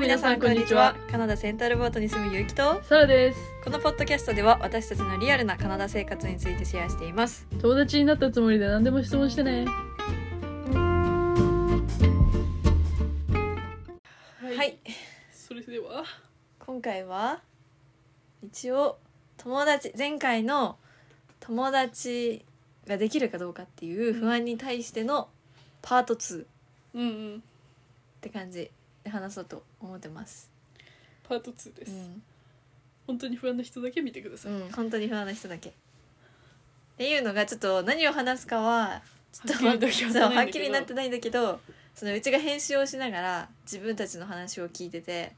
皆さんこんにちはカナダセンタルボートに住むゆうきとサラですこのポッドキャストでは私たちのリアルなカナダ生活についてシェアしています友達になったつもりで何でも質問してねはい、それでは今回は一応友達前回の友達ができるかどうかっていう不安に対してのパート2っうんうんて感じで話そうと思ってます、パート2でうす、ん本当に不安な人だけ見てください、うん、本当に不安な人だけっていうのがちょっと何を話すかはちょっとはっきりと決まってそうないんだけどはっきりなってないんだけどそのうちが編集をしながら自分たちの話を聞いてて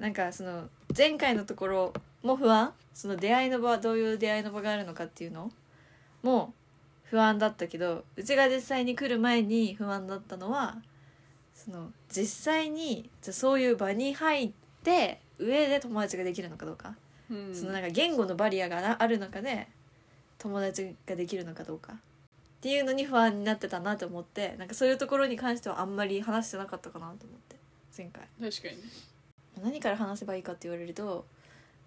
なんかその前回のところも不安その出会いの場どういう出会いの場があるのかっていうのも不安だったけどうちが実際に来る前に不安だったのはその実際にじゃあそういう場に入って上で友達ができるのかどうかうんそのなんか言語のバリアがなある中で友達ができるのかどうかっていうのに不安になってたなと思ってなんかそういうところに関してはあんまり話してなかったかなと思って前回確かにね何から話せばいいかって言われると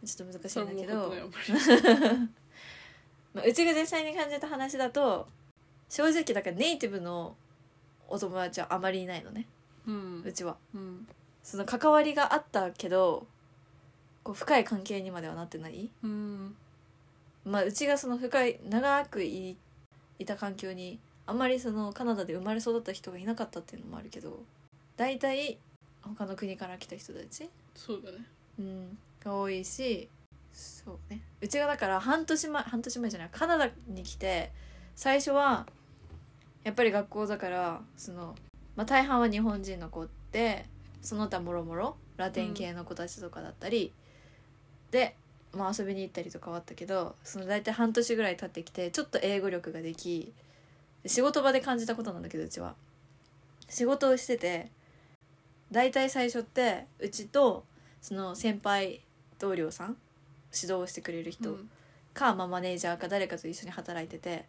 ちょっと難しいそれんだも分かってけどないあんままあうちが実際に感じた話だと正直だからネイティブのお友達はあまりいないのねりううんちはうんその関わりがあったけどこう深い関係にまではなってないうんまあ、うちがその深い長くいいた環境にあんまりそのカナダで生まれ育った人がいなかったっていうのもあるけど大体他の国から来た人たち、そうだねうん、が多いしそうねうちがだから半年前半年前じゃないカナダに来て最初はやっぱり学校だからその、まあ、大半は日本人の子ってその他もろもろラテン系の子たちとかだったり、で、まあ、遊びに行ったりとかはあったけどその大体半年ぐらい経ってきてちょっと英語力ができ仕事場で感じたことなんだけどうちは仕事をしてて大体最初ってうちとその先輩同僚さん指導してくれる人うんか、まあ、マネージャーか誰かと一緒に働いてて、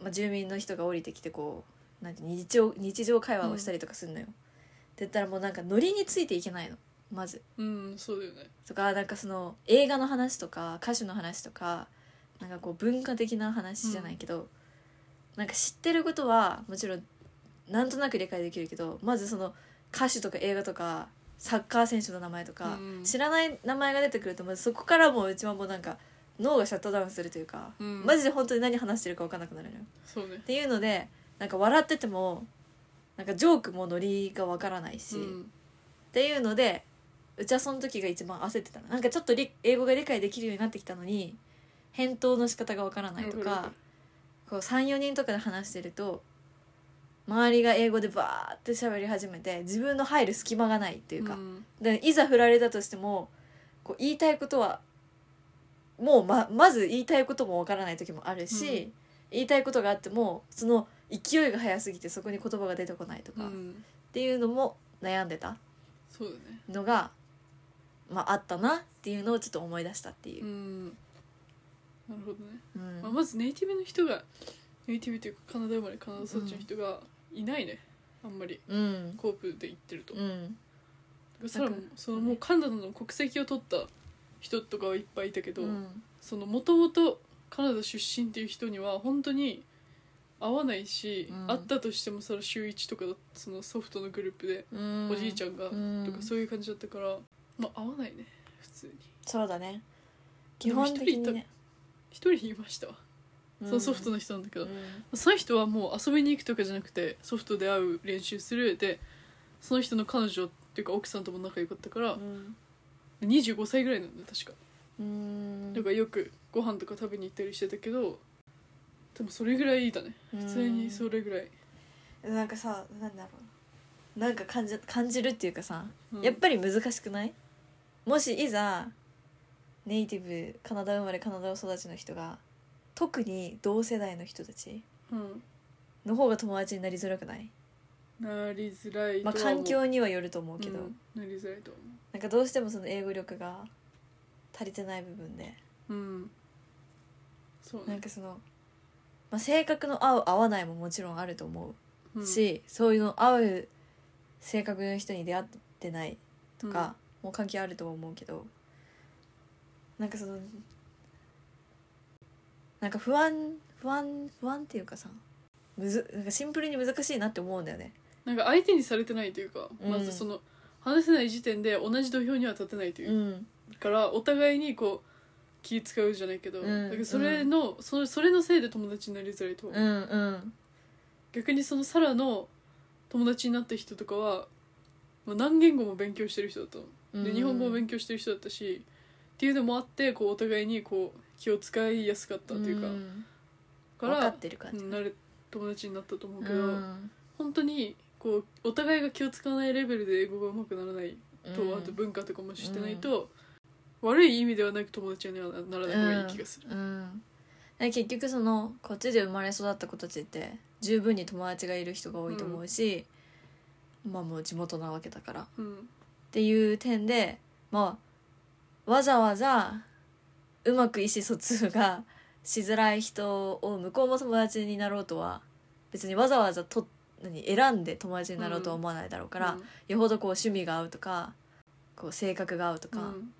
まあ、住民の人が降りてきてこうなんて日常日常会話をしたりとかするのよ。って言ったらもうなんかノリについていけないのまず。うん、そうだよねとかなんかその映画の話とか歌手の話とかなんかこう文化的な話じゃないけど、なんか知ってることはもちろんなんとなく理解できるけどまずその歌手とか映画とかサッカー選手の名前とか、うん知らない名前が出てくるとまずそこからもううちはもうなんか脳がシャットダウンするというか、うんマジで本当に何話してるか分かんなくなるのよ。そうねっていうのでなんか笑っててもなんかジョークもノリが分からないし。うんっていうのでうちはその時が一番焦ってたのなんかちょっとり英語が理解できるようになってきたのに返答の仕方がわからないとわかるわかかるこう34人とかで話してると周りが英語でバーって喋り始めて自分の入る隙間がないっていうか,、んでいざ振られたとしてもこう言いたいことはもうままず言いたいこともわからない時もあるし、うん言いたいことがあってもその勢いが速すぎてそこに言葉が出てこないとうか、っん、ていうのも悩んでた。そうだねのが、まあ、あったなっていうのをちょっと思い出したっていうう、んなるほどね、うんまあ、まずネイティブの人がネイティブというかカナダ生まれカナダ育ちの人がいないね、あんまりうんコープで行ってると、うんそれもなんかそのもうカナダの国籍を取った人とかはいっぱいいたけど、うんそのもともとカナダ出身っていう人には本当に合わないし、うん会ったとしてもそれ週1とかだそのソフトのグループでうんおじいちゃんがうんとかそういう感じだったから、まあ合わないね普通にそうだね基本的にね一人いましたわそのソフトの、の人なんだけうど、んその人はもう遊びに行くとかじゃなくてソフトで会う練習するでその人の彼女っていうか奥さんとも仲良かったから、うん25歳ぐらいなんだよ確かうんだからよくご飯とか食べに行ったりしてたけどでもそれぐらいだね普通にそれぐらい、なんかさなんだろうなんか感じ感じるっていうかさ、うんやっぱり難しくないもしいざネイティブカナダ生まれカナダ育ちの人が特に同世代の人たちうん、の方が友達になりづらくない、なりづらいとまあ、は思う環境にはよると思ううけんど、なりづらいとはなんかどうしてもその英語力が足りてない部分で思ううんそうなんねかその、まあ、性格の合う合わないももちろんあると思ううんし、そういうの合う性格の人に出会ってないとかも関係あると思うけど、なんかそのなんか不安不安不安っていうかさむずなんかシンプルに難しいなって思うんだよね。なんか相手にされてないというか、うんまずその話せない時点で同じ土俵には立てないといううん、からお互いにこう気使うじゃないけど、うんだからそれの、そそれのせいで友達になりづらいと、うんうん逆にそのサラの友達になった人とかは、まあ、何言語も勉強してる人だったの、うんで日本語も勉強してる人だったしっていうのもあってこうお互いにこう気を使いやすかったというか、んか分からってる感うじんなる友達になったと思うけど、うん本当にこうお互いが気を使わないレベルで英語がうまくならないと、うんあと文化とかも知ってないと、悪い意味ではなく友達にはならない方がいい気がする、うん、で結局そのこっちで生まれ育った子たちって十分に友達がいる人が多いと思うし、まあもう地元なわけだからっうんていう点でまあわざわざうまく意思疎通が しづらい人を向こうも友達になろうとは別にわざわざと何選んで友達になろうとは思わないだろうから、よほどこう趣味が合うとかこう性格が合うとうか、っん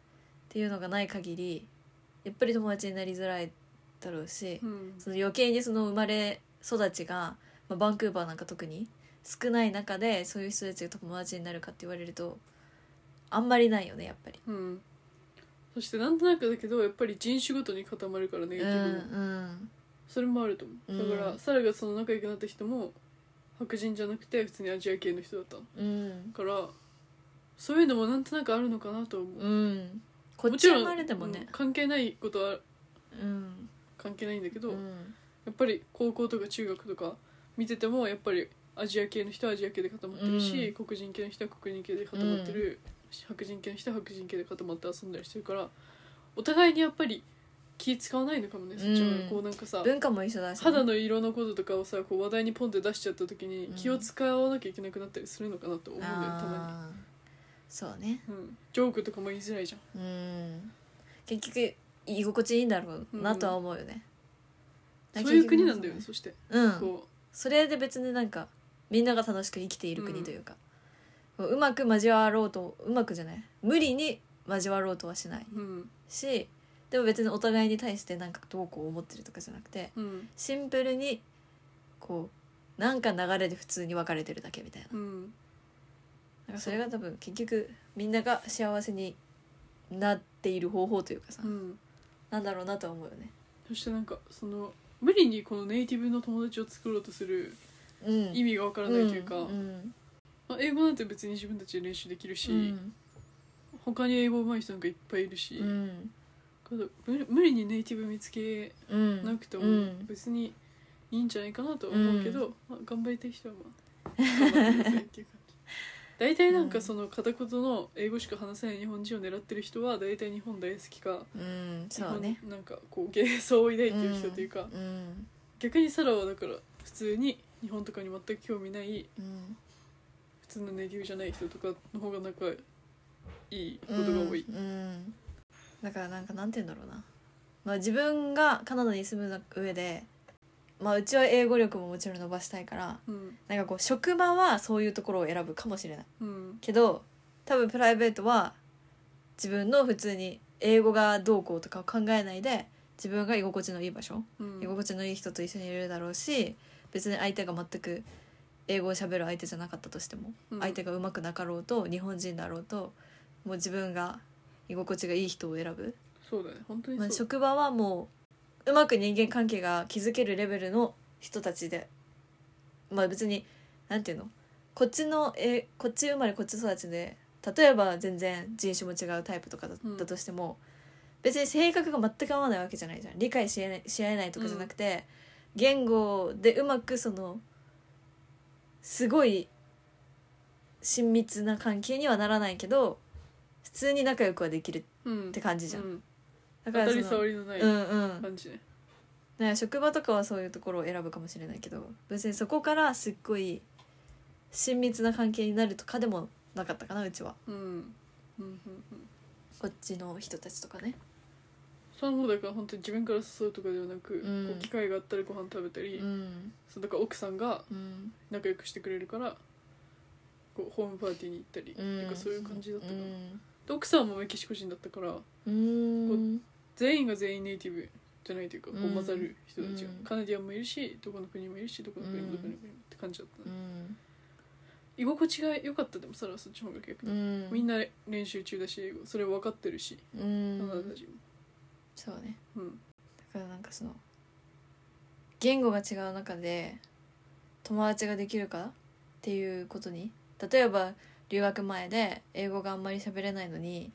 ていうのがない限りやっぱり友達になりづらいだろうし、うんその余計にその生まれ育ちが、まあ、バンクーバーなんか特に少ない中でそういう人たちが友達になるかって言われるとあんまりないよねやっぱり。うんそしてなんとなくだけどやっぱり人種ごとに固まるからネうガんテうィブも、んそれもあると思ううだんから、サラがその仲良くなった人も白人じゃなくて普通にアジア系の人だったのうんだからそういうのもなんとなくあるのかなと思う、うんこっもちちろ生んまれてもうんね。関係ないことはうん関係ないんだけうど、やんっぱり高校とか中学とか見ててもやっぱりアジア系の人はアジア系で固まってるし、黒人系の人は黒人系で固まってる、白人系の人は白人系で固まって遊んだりしてるからお互いにやっぱり気使わないのかもね、そっちうんはこうなんかさ文化も一緒だしね、肌の色のこととかをさこう話題にポンって出しちゃった時にうん気を使わなきゃいけなくなったりするのかなと思うんだよたまあーそうねに、うん、ジョークとかも言いづらいじゃんうん結局居心地いいんだろうなとは思うよね、そういう国なんだよね結そして、局ねうんこそれで別になんかみんなが楽しく生きている国というか、うまく交わろうとうまくじゃない無理に交わろうとはしないううんしでも別にお互いに対してなんかどうこう思ってるとかじゃなくてうんシンプルにこうなんか流れで普通に別れてるだけみたいなうんなんかそれが多分結局みんなが幸せになっている方法というかさ、うんなんだろうなとは思うよね。そしてなんかその無理にこのネイティブの友達を作ろうとするうん、意味がわからないというか、うんまあ、英語なんて別に自分たちで練習できるし、うん他に英語上手い人なんかいっぱいいるし、うんけど無無理にネイティブ見つけうん、なくてもうん別にいいんじゃないかなとは思うけど、まあ、頑張りたい人はまあ頑張ってくださいっていう感 じ大体なんかその片言の英語しか話せない日本人を狙ってる人は大体日本大好きかうん、そうね。日本なんかこう幻想を抱いてる人というか、うん逆にサラはだから普通に日本とかに全く興味ないうん、普通のネイティブじゃない人とかの方が仲いいことが多い、うんうんだからなんかなんて言うんだろうな、まあ、自分がカナダに住む上で、まあ、うちは英語力ももちろん伸ばしたいからうんなんかこう職場はそういうところを選ぶかもしれないうんけど多分プライベートは自分の普通に英語がどうこうとかを考えないで自分が居心地のいい場所、うん居心地のいい人と一緒にいるだろうし別に相手が全く英語を喋る相手じゃなかったとしても、うん相手がうまくなかろうと日本人だろうともう自分が居心地がいい人を選ぶ、そうだね本当にまあ、そう、職場はもううまく人間関係が築けるレベルの人たちでまあ別になんていうのこっちのえこっち生まれこっち育ちで例えば全然人種も違うタイプとかだ,、うんとしても別に性格が全く合わないわけじゃないじゃん理解し合えないし合えないとかじゃなくて、言語でうまくそのすごい親密な関係にはならないけど普通に仲良くはできるうん、って感じじゃん。うんだ当からたそりの障りのないうんうん、感じね、ね、職場とかはそういうところを選ぶかもしれないけど別にそこからすっごい親密な関係になるとかでもなかったかなうちはうん、うんうんうんこっちの人たちとかねその方だから本当に自分から誘うとかではなく、うんこう機会があったらご飯食べたり、うんそうだから奥さんがうん仲良くしてくれるからこうホームパーティーに行ったり、うんなんかそういう感じだったうかな、でん奥さんもメキシコ人だったからうん全員が全員ネイティブじゃないというか、こううん混ざる人たちが、うんカナディアンもいるしどこの国もいるしどこの国もどこの国もって感じだった、うねん居心地が良かったでもさらそっちの方が逆うに、んみんな練習中だし英語それ分かってるし、うカナダん人もそうねうんだからなんかその言語が違う中で友達ができるかっていうことに例えば留学前で英語があんまり喋れないのに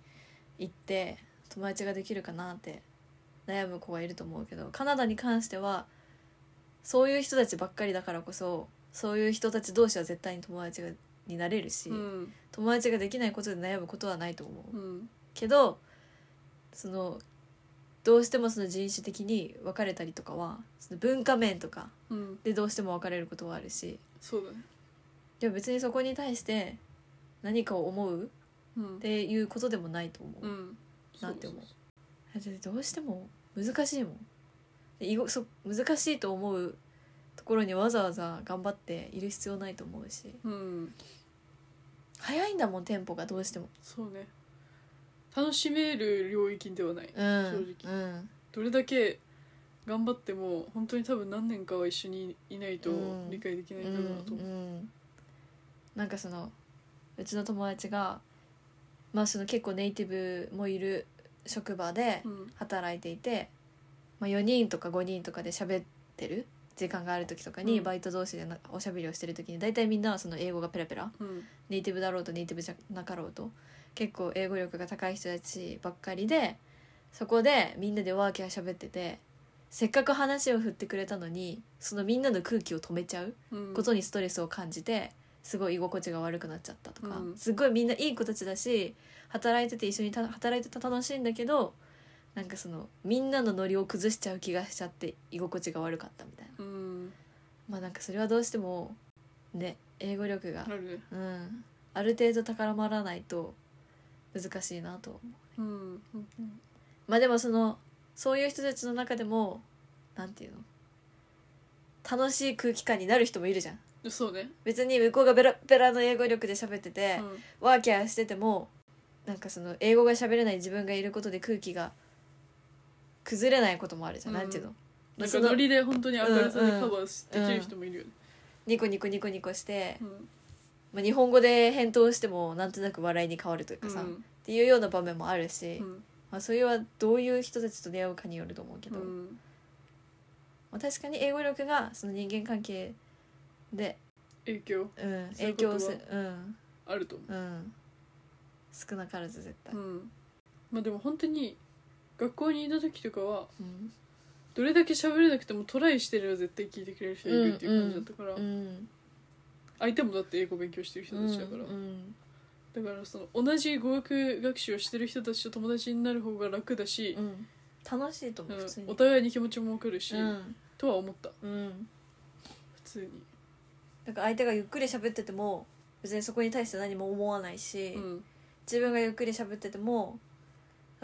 行って友達ができるかなって悩む子がいると思うけどカナダに関してはそういう人たちばっかりだからこそそういう人たち同士は絶対に友達がになれるし、うん友達ができないことで悩むことはないと思う。うんけどそのどうしてもその人種的に分かれたりとかはその文化面とかうんでどうしても分かれることはあるしそうだねでも別にそこに対して何かを思ううんっていうことでもないと思う、うんなんて思うだってどうしても難しいもんで居ごそ難しいと思うところにわざわざ頑張っている必要ないと思うしううん早いんだもんテンポがどうしてもそうね楽しめる領域ではないうん正うんどれだけ頑張っても本当に多分何年かは一緒にいないとうん理解できないんだろうなとうん思ううん、なんかそのうちの友達が、まあ、その結構ネイティブもいる職場でうん働いていて、まあ、4人とか5人とかで喋ってる時間がある時とかに、うんバイト同士でなんかおしゃべりをしてる時に大体みんなはその英語がペラペラうんネイティブだろうとネイティブじゃなかろうと結構英語力が高い人たちばっかりでそこでみんなでワーキャー喋っててせっかく話を振ってくれたのにそのみんなの空気を止めちゃううんことにストレスを感じてすごい居心地が悪くなっちゃったとか、うんすごいみんないい子たちだし働いてて一緒にた働いてた楽しいんだけどなんかそのみんなのノリを崩しちゃう気がしちゃって居心地が悪かったみたいなうんまあなんかそれはどうしてもね英語力があ、るねうん、ある程度高まらないと難しいなとうんうんまあでもそのそういう人たちの中でもなんていうの楽しい空気感になる人もいるじゃんうんそうね別に向こうがベラベラの英語力で喋ってて、うんワーキャーしててもなんかその英語が喋れない自分がいることで空気が崩れないこともあるじゃん、うんなんていうのなんかそのノリで本当に明るさでうんうんカバーしできる人もいるよねニコニコニコニコして、うんまあ、日本語で返答してもなんとなく笑いに変わるというかさ、うっんていうような場面もあるし、うんまあ、それはどういう人たちと出会うかによると思うけうど、んまあ、確かに英語力がその人間関係で、影響うん、そうい影うこと響はするうんあると思うん少なからず絶対うう、んまあでも本当に学校にいた時とかはうんどれだけ喋れなくてもトライしてれば絶対聞いてくれる人がいるっていう感じだったからうん相手もだって英語勉強してる人たちだからうんだからその同じ語学学習をしてる人たちと友達になる方が楽だしう、ん楽しいと思ううん普通にお互いに気持ちも分かるし、うんとは思ったうん普通に、だから相手がゆっくり喋ってても別にそこに対して何も思わないし、うん自分がゆっくり喋ってても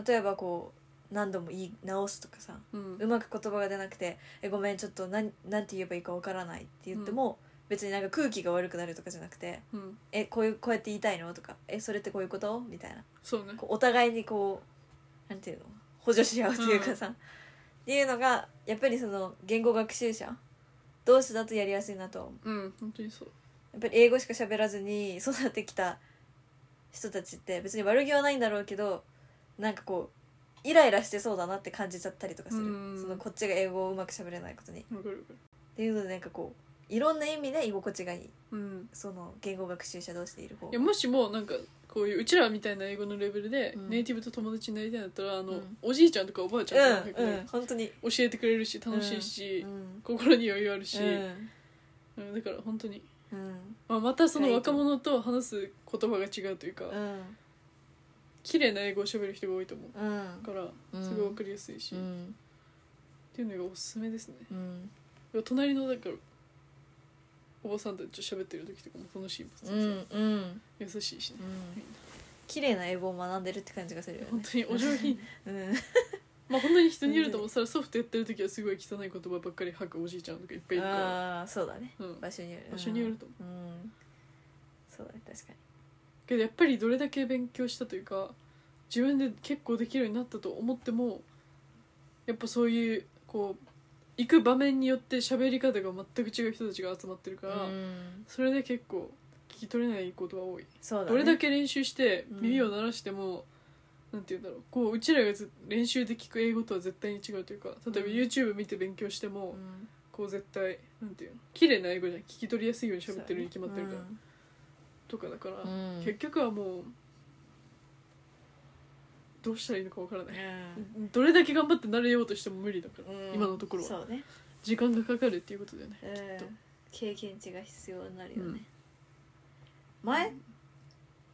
例えばこう何度も言い直すとかさうんうまく言葉が出なくて「えごめんちょっと何何て言えばいいかわからない」って言っても、別になんか空気が悪くなるとかじゃなくてうん、 「えこういうこうやって言いたいの?」とか「えそれってこういうこと?」みたいなそうねこうお互いにこうなんていうの補助し合うというかさ、っていうのがやっぱりその言語学習者同士だとやりやすいなとは思ううん本当にそうやっぱり英語しか喋らずに育ってきた人たちって別に悪気はないんだろうけどなんかこうイライラしてそうだなって感じちゃったりとかするうんそのこっちが英語をうまく喋れないことにっわかるわかるていうのでなんかこういろんな意味で居心地がいいうんその言語学習者同士でいる方いやもしもなんかこういううちらみたいな英語のレベルでうんネイティブと友達になりたいんだったらあの、うんおじいちゃんとかおばあちゃんとかの方うがんねうん本当に教えてくれるし楽しいうんし、心に余裕あるし、うんうんだから本当に、うんまあ、またその若者と話す言葉が違うというか、うん綺麗な英語を喋る人が多いと思ううんだかうらんすごい分かりやすいし、うっんていうのがおすすめですねうん隣のだからおばさんたちと喋ってる時とかも楽しいもんうんうん優しいしね、綺麗な英語を学んでるって感じがするよ本ね当にお上品うんまあ本当に人によると思うそれソフトやってる時はすごい汚い言葉ばっかり吐くおじいちゃんとかいっぱいいるから、ああそうだねうん、場所による場所によると思うん、そそうだね確かにけどやっぱりどれだけ勉強したというか自分で結構できるようになったと思ってもやっぱそういうこう行く場面によって喋り方が全く違う人たちが集まってるから、うんそれで結構聞き取れないことが多い、そうだねどれだけ練習してうん耳を鳴らしても、なんて言うんだろうこううちらがず練習で聞く英語とは絶対に違うというか例えばうん YouTube 見て勉強しても、うんこう絶対なんていうの綺麗な英語じゃん聞き取りやすいように喋ってるに決まってるから、とかだから、うんうん結局はもうどうしたらいいのかわからない、どれだけ頑張って慣れようとしても無理だから、うん今のところはそうね時間がかかるっていうことだよねうんきっと経験値が必要になるよね前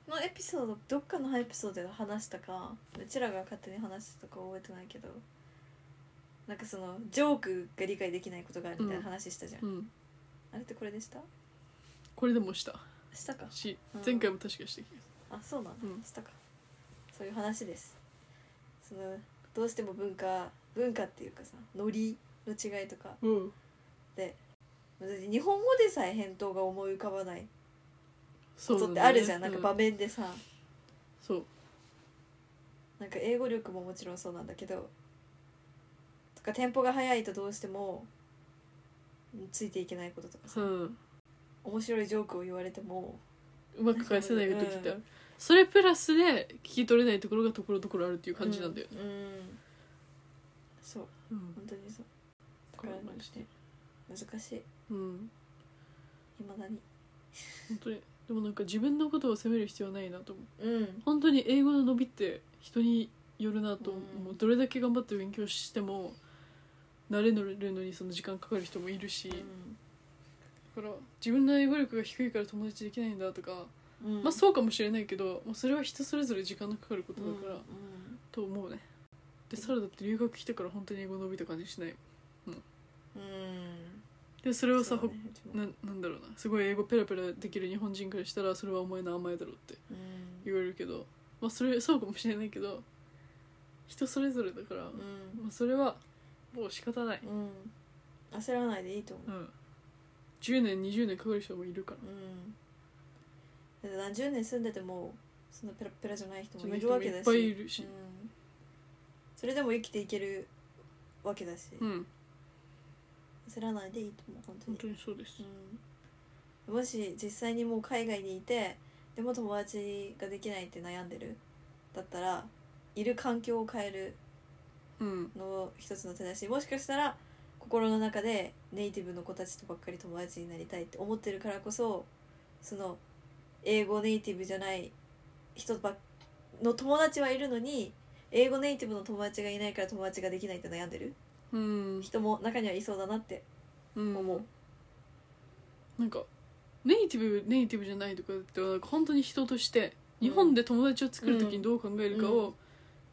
のエピソードどっかのエピソードで話したかうちらが勝手に話したか覚えてないけどなんかそのジョークが理解できないことがあるみたいな話したじゃん、うんあれってこれでしたこれでもしたしたかしうん前回も確かしてきあそうなんだ、うんしたかそういう話ですそのどうしても文化文化っていうかさノリの違いとかうんでだって日本語でさえ返答が思い浮かばないそことだっねてあるじゃん、なんかう場面でさ、そうなんか英語力ももちろんそうなんだけどとかテンポが速いとどうしてもうんついていけないこととかさうん面白いジョークを言われてもうまく返せない時ってあうるそれプラスで聞き取れないところがところどころあるっていう感じなんだよね、うん、うんそううん本当にそうだこかれらはなんマかジでね難しいうんいまだに本当にでもなんか自分のことを責める必要はないなと思ううん本当に英語の伸びって人によるなと思う、うんどれだけ頑張って勉強しても慣れるのにその時間かかる人もいるし、だから自分の英語力が低いから友達できないんだとか、うんまあそうかもしれないけどもうそれは人それぞれ時間のかかることうんだから、うんと思うねでサラだって留学来てから本当に英語伸びた感じしないうんでそれをさ、そうほねうちもななんだろうなすごい英語ペラペラできる日本人からしたらそれはお前の甘えだろってうん言われるけどまあそれそうかもしれないけど人それぞれだから、うんまあ、それはもう仕方ない、うん焦らないでいいと思ううん、10年20年かかる人もいるからうんだって何十年住んでてもそんなペラペラじゃない人そんもない人るもわいけだっしぱいいるしうん、それでも生きていけるわけだし、うん焦らないでいいと思う本当本に当にそうですうん、もし実際にもう海外にいてでも友達ができないって悩んでるだったらいる環境を変えるうんの一つの手だしもしかしたら心の中でネイティブの子たちとばっかり友達になりたいって思ってるからこそその英語ネイティブじゃない人ばっの友達はいるのに英語ネイティブの友達がいないから友達ができないって悩んでるうん人も中にはいそうだなってうん思うなんかネイティブネイティブじゃないとかってなんか本当に人として日本で友達を作る時にどう考えるかうを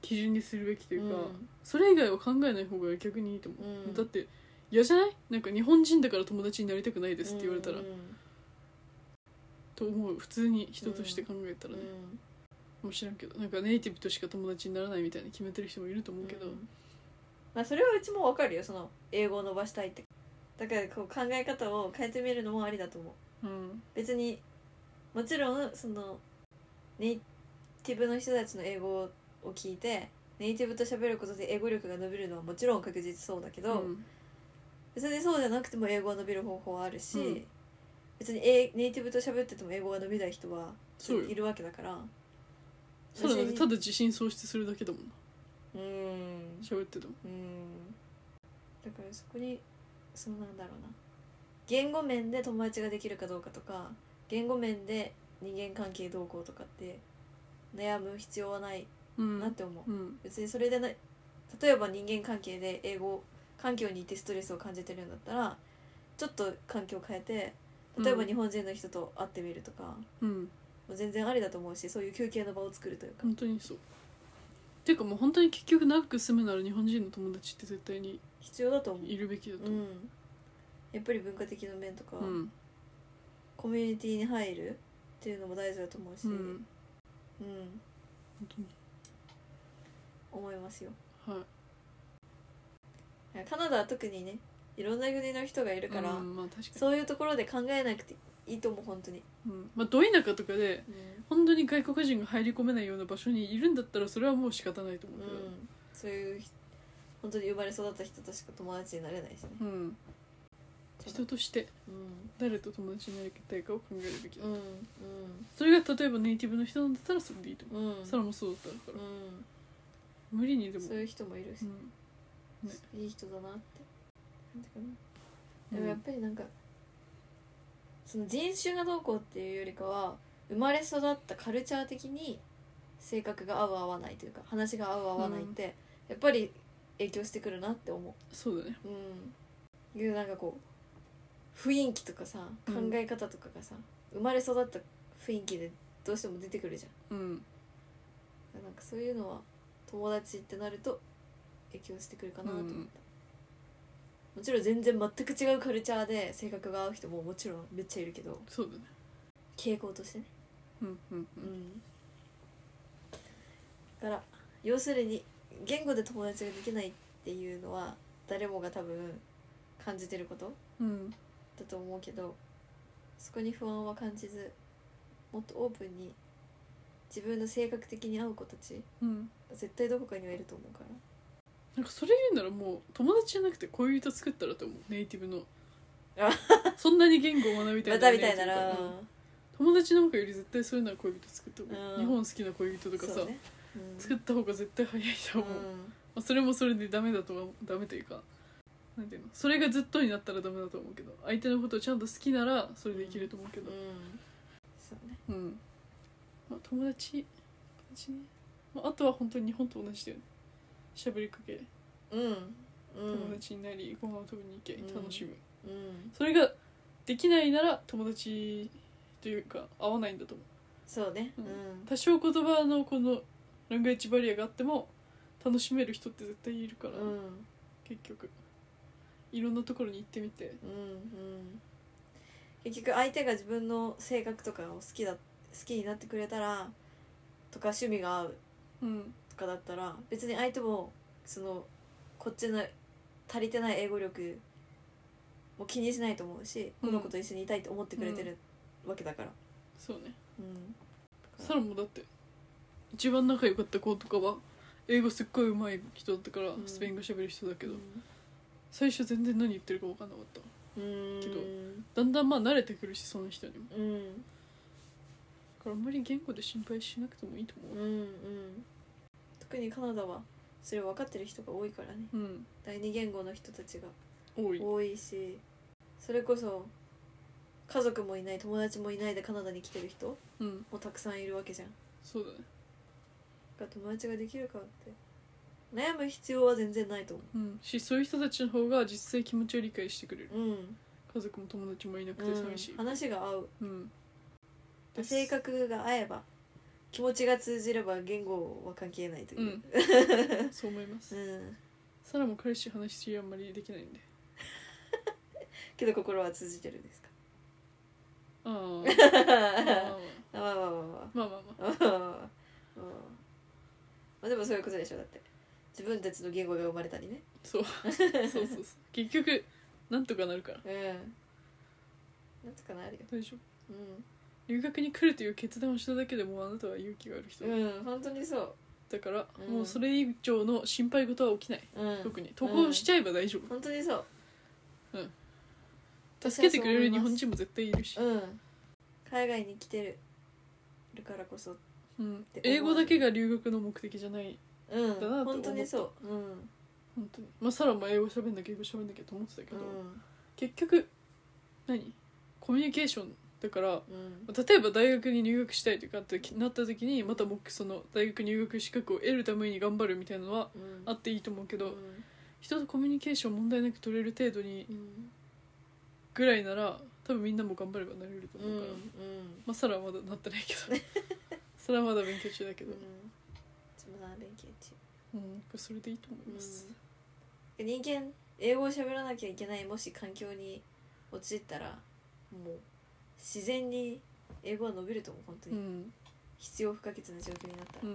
基準にするべきとういうか、んそれ以外は考えない方が逆にいいと思う、うんだって嫌じゃないなんか日本人だから友達になりたくないですって言われたら、うんと思う普通に人として考えたらね、うんもう知らんけどなんかネイティブとしか友達にならないみたいに決めてる人もいると思うけど、うんまあそれはうちもわかるよその英語を伸ばしたいってだからこう考え方を変えてみるのもありだと思ううん別にもちろんそのネイティブの人たちの英語を聞いてネイティブと喋ることで英語力が伸びるのはもちろん確実そうだけど、うん別にそうじゃなくても英語が伸びる方法はあるし、うん別にえネイティブと喋ってても英語が伸びない人はそうよいるわけだからそうだね別にただ自信喪失するだけだもんなうん喋っててもうんだからそこにそうなんだろうな言語面で友達ができるかどうかとか言語面で人間関係どうこうとかって悩む必要はないうんなって思う、うん別にそれでな例えば人間関係で英語環境にいてストレスを感じてるんだったらちょっと環境を変えて例えばうん日本人の人と会ってみるとか、もうんう全然ありだと思うしそういう休憩の場を作るというか、本当にそうていうかもう本当に結局長く住むなら日本人の友達って絶対に必要だと思う、いるべきだとう、思うんやっぱり文化的な面とか、うんコミュニティに入るっていうのも大事だと思うし、ううんん本思いますよ当にはいカナダは特にねいろんな国の人がいるから、うん、まあ確かそういうところで考えなくていいと思う本当に、に、うんまあ、ど田舎とかで本当に外国人が入り込めないような場所にいるんだったらそれはもう仕方ないと思ううけど、ん、そういうひ本当に生まれ育った人としか友達になれないしね、うん、人としてうん誰と友達になりたいかを考えるべきだ、うんそれが例えばネイティブの人なんだったらそれでいいと思う、うんうんサラもそうだったから、う無理にでんもそういう人もいるしう、んいい人だなってなんていうかうなんでもやっぱりなんかその人種がどうこうっていうよりかは生まれ育ったカルチャー的に性格が合う合わないというか話が合う合わないって、やっぱり影響してくるなって思そうだねううんいうなんかこう雰囲気とかさう考んえ方とかがさ、生まれ育った雰囲気でどうしても出てくるじゃんうんなんかそういうのは友達ってなると影響してくるかなと思った、うんもちろん全然全く違うカルチャーで性格が合う人ももちろんめっちゃいるけどそうだね傾向としてねうんうんううんんだから要するに言語で友達ができないっていうのは誰もが多分感じてることうんだと思うけどそこに不安は感じずもっとオープンに自分の性格的に合う子たちうん絶対どこかにはいると思うからなんかそれ言うならもう友達じゃなくて恋人作ったらと思うネイティブのあそんなに言語を学びたいまたみたいネイティなブらだうん友達なんかより絶対そういうのは恋人作った方がいい、うん日本好きな恋人とかさ、そうねうん作った方が絶対早いと思う、まあ、それもそれでダメだとはダメというかなんていうのそれがずっとになったらダメだと思うけど相手のことをちゃんと好きならそれでいけると思うけうんどうんそうねうん、まあ、友達友達ね、まあ、あとは本当に日本と同じだよね喋りかけうんう友ん達になりご飯を食べに行けうん楽しむ、うんそれができないなら友達というか合わないんだと思うそうねううんん多少言葉のこのランゲージバリアがあっても楽しめる人って絶対いるから、うん結局いろんなところに行ってみてうんうん結局相手が自分の性格とかを好きだ好きになってくれたらとか趣味が合ううんとかだったら別に相手もそのこっちの足りてない英語力も気にしないと思うし、うんこの子と一緒にいたいって思ってくれてるわけだから、そうねうんサラもだって一番仲良かった子とかは英語すっごい上手い人だったからうんスペイン語喋る人だけど、最初全然何言ってるか分かんなかったうんけどだんだんまあ慣れてくるしその人にもうんだからあんまり言語で心配しなくてもいいと思うんうん特にカナダはそれを分かってる人が多いからねううん第二言語の人たちが多い多いしそれこそ家族もいない友達もいないでカナダに来てる人うんもたくさんいるわけじゃんだそうだねから友達ができるかって悩む必要は全然ないと思うんしそういう人たちの方が実際気持ちを理解してくれるううん、家族も友達もいなくうてん寂しい、話が合ううんです、性格が合えば気持ちが通じれば言語は関係ないといううん そう思いますうん、サラも彼氏と話しあんまりできないんでけど心は通じてるんですか ああまあまあまあまあままああまあまあまあまあうんまあでもそういうことでしょだって自分たちの言語が生まれたりねそうそうそうそう結局なんとかなるからうんなんとかなるよ大丈夫う留学に来るという決断をしただけでもうあなたは勇気がある人んうん本当にそうだから、うんもうそれ以上の心配事は起きない、うん特に渡航しちゃえば大丈夫、本当にそう助けてくれる私日はそう思います本人も絶対いるし、うん海外に来てるるからこそうん英語だけが留学の目的じゃないうだなんと思った本当にそううん本当にまあサラも英語喋んなきゃ英語喋んなきゃと思ってたけうど、ん結局何コミュニケーションだからうん例えば大学に入学したいとかってなった時にまたもうその大学入学資格を得るために頑張るみたいなのはうんあっていいと思うけど、うん人とコミュニケーション問題なく取れる程度にうんぐらいなら多分みんなも頑張ればなれるとう思うから、んうんまあサラはまだなってないけ どサラはまだ勉強中だけど、自分は勉強中うん、それでいいと思います、うん、人間英語を喋らなきゃいけないもし環境に陥ったらもう自然に英語は伸びると思う本当うに、ん必要不可欠な状況になったう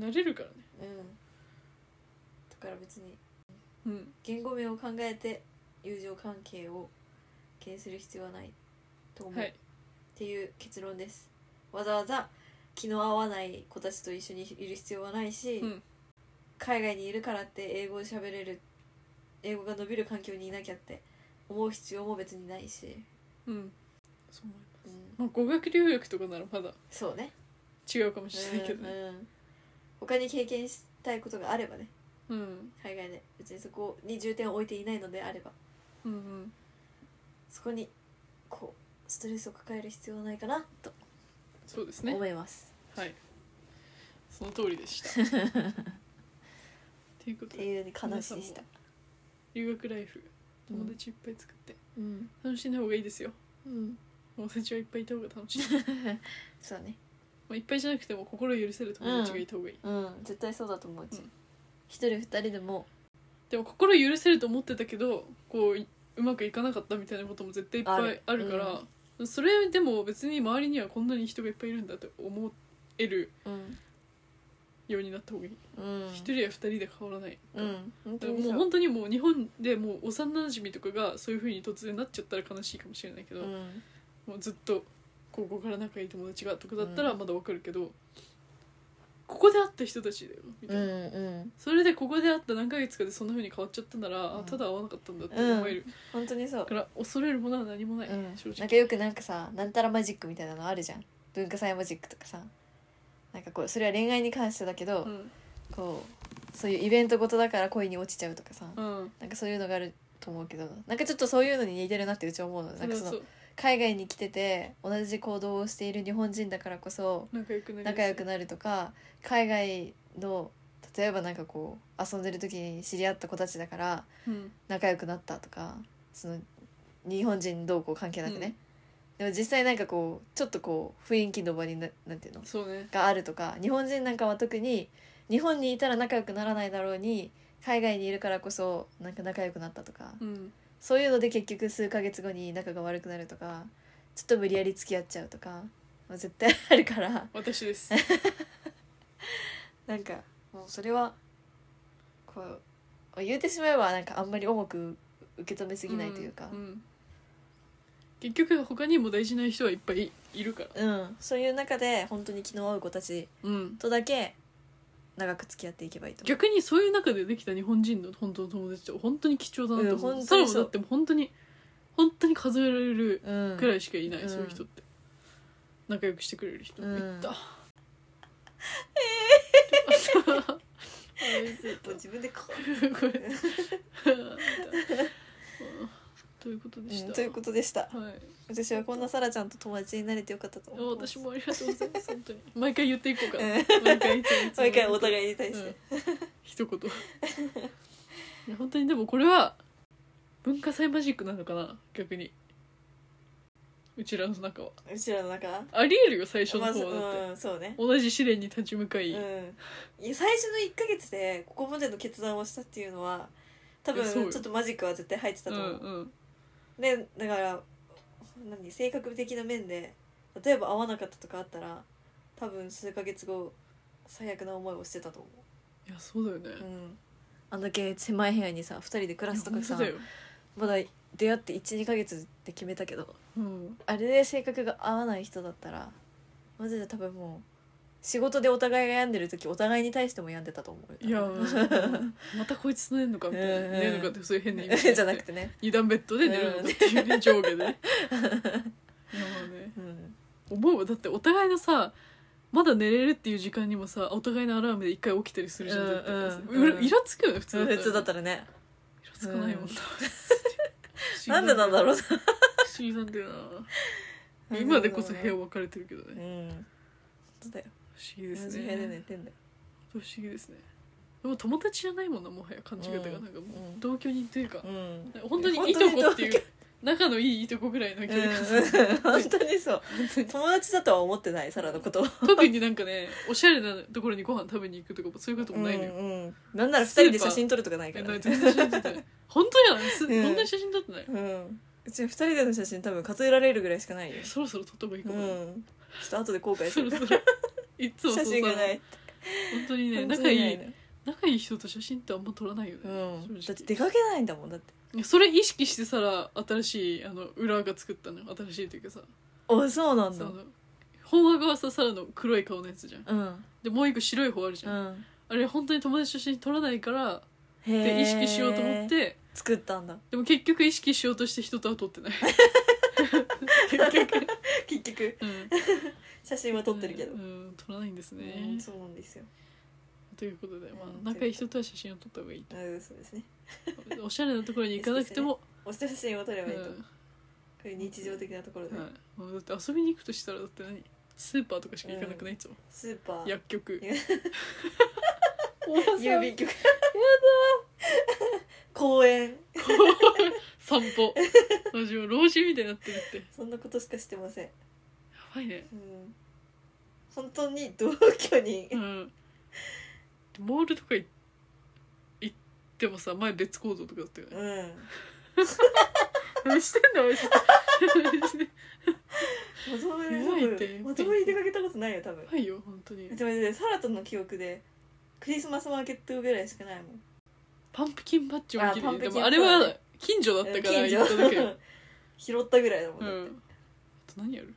らん慣れるからねうん、だから別にうん言語面を考えて友情関係を気にする必要はないと思う、はっいていう結論ですわざわざ気の合わない子たちと一緒にいる必要はないし、うん海外にいるからって英語を喋れる英語が伸びる環境にいなきゃって思う必要も別にないし、うんそう思いますうまん、あ語学留学とかならまだそうね違うかもしれないけどうねんうん、他に経験したいことがあればねうん海外で別にそこに重点を置いていないのであればうんうんそこにこうストレスを抱える必要はないかなとそうですね思います、はいその通りで したっていうことってでいう話でした、留学ライフうん友達いっぱい作ってうん楽しんだ方がいいですようん、友達はいっぱいいた方が 楽しいそうねまあいっぱいじゃなくても心許せる友達がいた方がいい、うん絶対そうだと思ううちうん一、人二人でもでも心許せると思ってたけどこういうまくいかなかったみたいなことも絶対いっぱいあるから、それでも別に周りにはこんなに人がいっぱいいるんだって思えるうんようになった方がいいうん一、人や二人で変わらない、うん本当でもにもうそう本当にもう日本でもう幼なじみとかがそういうふうに突然なっちゃったら悲しいかもしれないけど、うんもうずっと高校から仲いい友達がとかだったらうんまだわかるけど、ここで会った人たちだよみたういな、んうんそれでここで会った何ヶ月かでそんなふうに変わっちゃったなら、あうんただ会わなかったんだって思える、本当にそうだから恐れるものは何もない、うん正、直なんかよくなんかさなんたらマジックみたいなのあるじゃん文化祭マジックとかさなんかこうそれは恋愛に関してだけど、うんこうそういうイベントごとだから恋に落ちちゃうとかさ、うんなんかそういうのがあると思うけどなんかちょっとそういうのに似てるなってうちは思うのなんかそそのう海外に来てて同じ行動をしている日本人だからこそ仲良くなりやすい仲良くなるとか海外の例えばなんかこう遊んでる時に知り合った子たちだからうん仲良くなったとかその日本人どうこう関係なくね、でも実際なんかこうちょっとこう雰囲気の場にななんていうのそうねがあるとか日本人なんかは特に日本にいたら仲良くならないだろうに海外にいるからこそなんか仲良くなったとか、うんそういうので結局数ヶ月後に仲が悪くなるとかちょっと無理やり付き合っちゃうとか、まあ、絶対あるから私です なんかもうそれはこう言うてしまえばなんかあんまり重く受け止めすぎないというかん、ん結局他にも大事な人はいっぱいいるからうんそういう中で本当に気の合う子たちうんとだけ長く付き合っていけばいいと思う。逆にそういう中でできた日本人の本当の友達って本当に貴重だなと思う、うん本サ当ラにもそうだって本当に本当に数えられるうんくらいしかいない、うんそういう人って仲良くしてくれる人、うん いた自分でこうごめん うんということでした、うんということでしたはい私はこんなサラちゃんと友達になれてよかったと思います私もありがとうございます本 当に毎回言っていこうかな、うん毎回いつもいつも毎回お互いに対して、 うん一言いや本当にでもこれは文化祭マジックなのかな逆にうちらの中はうちらの中ありえるよ最初の方はだって、まあうん、そうね同じ試練に立ち向かい、うん、いや最初の1か月でここまでの決断をしたっていうのは多いやそうよ分ちょっとマジックは絶対入ってたうとん思う、うんでだから何性格的な面で例えば合わなかったとかあったら多分数か月後最悪な思いをしてたと思いやそうだよね、う、うん、あんだけ狭い部屋にさ2人で暮らすとかいや本当さだよ、まだ出会って12か月って決めたけどうん、あれで性格が合わない人だったらマジで多分もう仕事でお互いが病んでる時お互いに対しても病んでたと思うい やうんまたこいつと寝るのかみたいな、うんうん寝るのかってそういう変な意味 じゃなくてね、二段ベッドで寝るのかっていうね、上下 でねいやまあねうん、思うわだってお互いのさまだ寝れるっていう時間にもさお互いのアラームで一回起きたりするじゃんうん絶対、うんうらイラつくよね普通だった普ら通だったらねイラつかないもんな、なんでなんだろうう不思議なんだよな 今でこそ部屋分かれてるけどうねん本当だよ不思議同ですじ部屋で寝ねてんだよ不思議ですねでも友達じゃないもんなもはや勘違いというか、うんなんかもううん同居人というか、うん本当にいとこっていう仲のいいいとこぐらいの距離感、うん本当にそう友達だとは思ってないサラのこと 特になんかねおしゃれなところにご飯食べに行くとかそういうこともないのよ、うんうんなんなら二人で写真撮るとかないかえらなねんか全然写真撮ってない 本当やん、すうこんんな写真撮ってない、うんうち二人での写真多分数えられるぐらいしかないよそろそろ撮った方がいいかうも、んちょっと後で後悔すそるろそろいつもそ写うさ真がない本当にね本当仲にいないいね仲いい人と写真ってあんま撮らないよねう、んだっ正て直出かけないんだもんだってそれ意識してさ新しいあの裏が作ったのよ新しいというかさあそうなんそだの本画はさサラの黒い顔のやつじゃんうんでもう一個白い方あるじうゃん、んあれ本当に友達と一緒に撮らないからっへえて意識しようと思って作ったんだでも結局意識しようとして人とは撮って ない結局、結局うん、写真は撮ってるけどうん、うん撮らないんですね、うんそうなんですよということで、まうんあ、仲いい人とは写真を撮った方がいい とうんそうですねおしゃれなところに行かなくても、お写真を撮ればいいと、うんこういう日常的なところで、はい、もうだって遊びに行くとしたらだって何スーパーとかしか行かなくないいつも、スーパー薬局いや おばさん郵便局やだ 公園散歩マジもう老人みたいになってるってやそんなことしかしてません、ばいねうん、本当に同居人うんモールとかい行ってもさ前別行動とかだったよねうん何 してんだマジで マ ジでまともにやばいってまともに出かけたことないよ多分やばいよ本当にでもねサラとの記憶でクリスマスマーケットぐらいしかないもんパンプキンバッジも着てあパるンプでキンもあれそうだはね近所だったから近行っただけ所よ拾ったぐらいだもうんんだって、あと何やる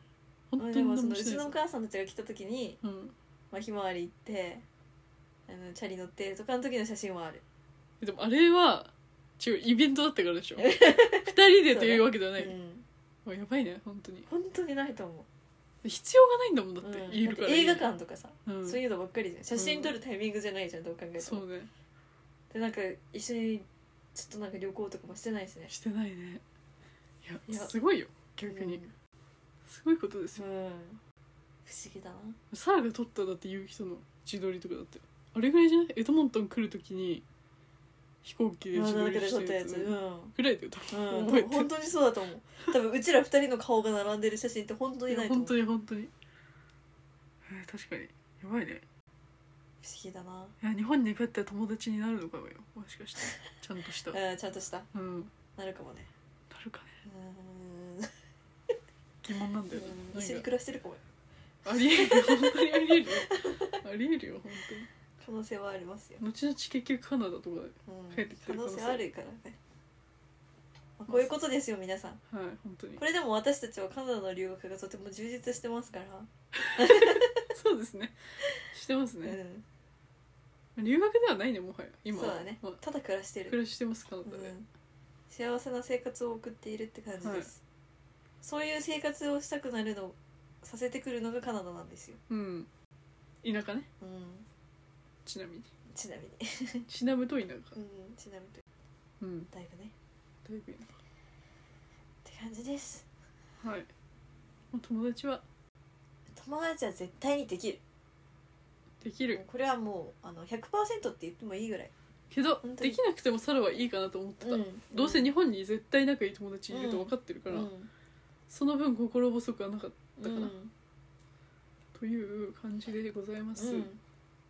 本まあ、当でにもそ何のもうしてちないのおぞ母さんたちが来た時に、うんまあ、ひまわり行ってあのチャリ乗ってとかの時の写真はあるでもあれは違うイベントだったからでし ょ二人でというわけではない、うん、もうやばいね本当に本当にないと思う必要がないんだもんだって、うん言えるからだって映画館とかさ、うんそういうのばっかりじゃん写真撮るタイミングじゃないじゃんどう考えてもそうねでなんか一緒にちょっとなんか旅行とかもしてないしねしてないねいやいやすごいよ逆に、すごいことですうよん、うん不思議だなサラが撮っただって言う人の自撮りとかだってあれぐらいじゃないエドモントン来るときに飛行機で真自撮ん中りでし撮てったるややつつうんぐらいだよ多分、うん、覚えて本当にそうだと思う多分うちら二人の顔が並んでる写真って本当るにいないやと本思う当不思に本当に、えー確かにやばいね議だないや日本に帰ったら友達になるのかもよもし かしてちゃんとしたうんちゃんとしたうんなるかもねなるかねうー疑問なんだよねん一緒なにんか暮らしてるかもよありえるよ本当にありえるよありえるよ本可能性はありますよ当に後々結局カナダとかでうん帰ってきてる可可能能性性あるからねまあこういうことですよ皆さんはい本当にこれでも私たちはカナダの留学がとても充実してますから、そうですねしてますうね、ん、留学ではないねもはや今そうはだねまあただ暮らしてる、暮らしてますカナうダで、ん、幸せな生活を送っているって感じです、そういう生活をしたくなるのさせてくるのがカナダなんですよ、うん、田舎ねうん、ちなみにちなみに、ちなむと田舎うん、ちなみにうんだいぶねだいぶ田って感じです舎はいもう友達は友達は絶対にできるできもるうこれはもうあの100%って言ってもいいぐらい、けど本当でにきなくてもサラはいいかなと思ってた、どうせ日本に絶対仲いい友達いると分かってるから、うんその分心細くはなかっうたから、んという感じでございます、うん、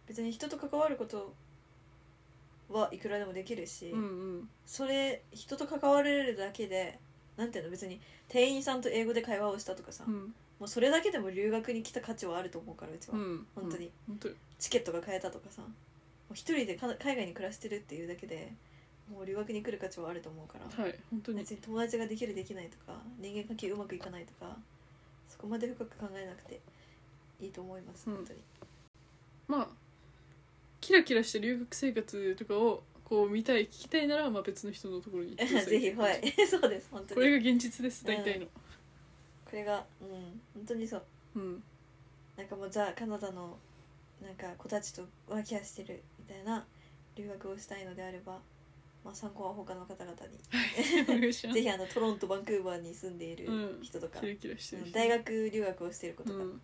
別に人と関わることはいくらでもできるし、うんうんそれ人と関われるだけでなんていうの別に店員さんと英語で会話をしたとかさ、うもんうそれだけでも留学に来た価値はあると思うからうちは、うん本当に本当にチケットが買えたとかさもう一人でか海外に暮らしてるっていうだけでもう留学に来る価値はあると思うから、はい本当に別に友達ができるできないとか人間関係うまくいかないとかそこまで深く考えなくていいと思います、うん本当にまあキラキラした留学生活とかをこう見たい聞きたいなら、まあ、別の人のところに行ってください ぜひはいそうです本当こにれが現実です大体のこれがうん本当にそううん、なんかもうザ・カナダのなんか子たちとワーキャーしてるみたいな留学をしたいのであれば、まあ、参考は他の方々にお願いします ぜひあのトロントバンクーバーに住んでいるうん人とか、キラキラしてるうん人大学留学をしている子うとかん、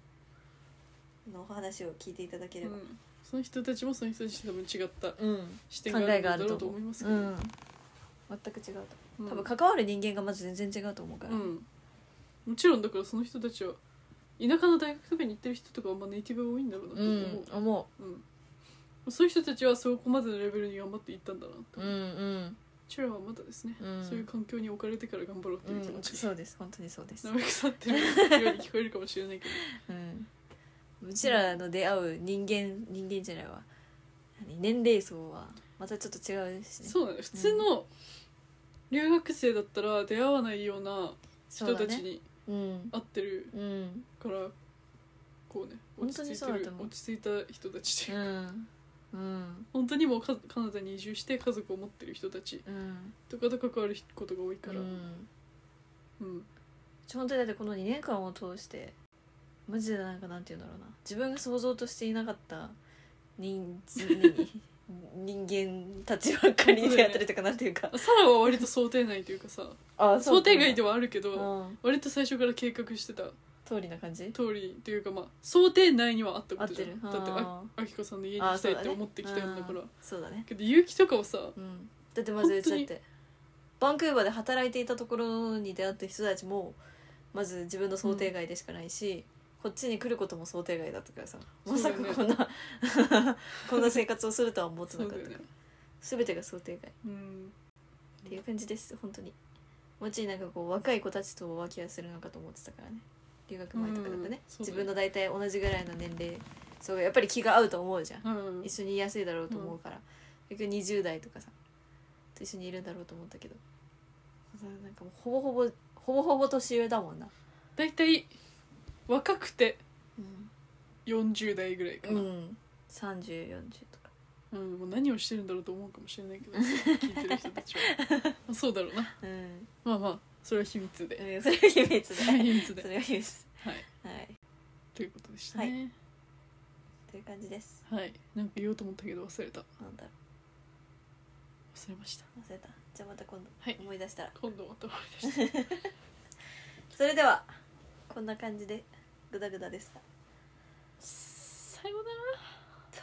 のお話を聞いていただけうれば、ん、その人たちもその人たちと多分違ったうん視点があるんだろうと思いますけど、全く違うとうん多分関わる人間がまず全然違うと思うから、うん、もちろんだからその人たちは田舎の大学とかに行ってる人とかはまあネイティブが多いんだろうなとう思う、ん思うんそういう人たちはそこまでのレベルに頑張っていったんだなって、うううんうんちらはまだですね、うんそういう環境に置かれてから頑張ろうっていう気う持ん、ち、そうです本当にそうですなめ腐 ってるように聞こえるかもしれないけどうん、うちらの出会う人間人間じゃないわ何年齢層はまたちょっと違うしねそうなの普通の留学生だったら出会わないようなそう人ただちねにうん会ってるうんから、こうね本落当ち着にいそうてだると思う落ち着いた人たちってういうか、んうん本当にもうかカナダに移住して家族を持ってる人たちうんとかと関わることが多いから、ううんんちょ本当にだってこの2年間を通してマジでなんかなんて言うんだろうな自分が想像としていなかった人 人間たちばっかりであったりとかなんていうか、サラは割と想定内というかさあそう想定外でも、はあるけど、うん、割と最初から計画してた通りな感じ通りというかまあ想定内にはあった合こっとじゃてるんだってあああきこさんの家にーあー来たいうっそて思ってきたんだから、ねうんそうだねけど結城とかはさうんだってまずうちだってバンクーバーで働いていたところに出会った人たちもまず自分の想定外でしかないし、こっちに来ることも想定外だったからさまさかこそんな、 こんな生活をするとは思ってそなうかっだたよかねら、全てが想定外っうんていう感じです本当にもちろんなんかこう若い子たちとお分け合いするのかと思ってたからね留学前とかだったうんね、そうだね自分の大体同じぐらいの年齢そうやっぱり気が合うと思うじゃんうん一緒にいやすいだろうと思うから、結局20代とかさと一緒にいるんだろうと思ったけどなんかもうほぼほぼほぼほぼ年上だもんな大体若くてうん、 40代ぐらいかな、 3040とかうん、もう何をしてるんだろうと思うかもしれないけど聞いてる人たちは まあそうだろうなうんまあまあそれは秘密でうんそれは秘密それはで 秘密そでれは秘密はいはいということでしたねという感じですはい、なんか言おうと思ったけど忘れた忘なんだろれましたう忘れたじゃあまた今度はい思い出したら、今度また思い出したそれではこんな感じでグダグダでしたさようなら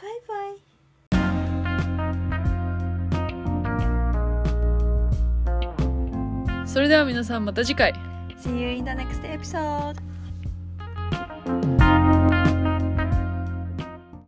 バイバイそれでは皆さんまた次回 See you in the next episode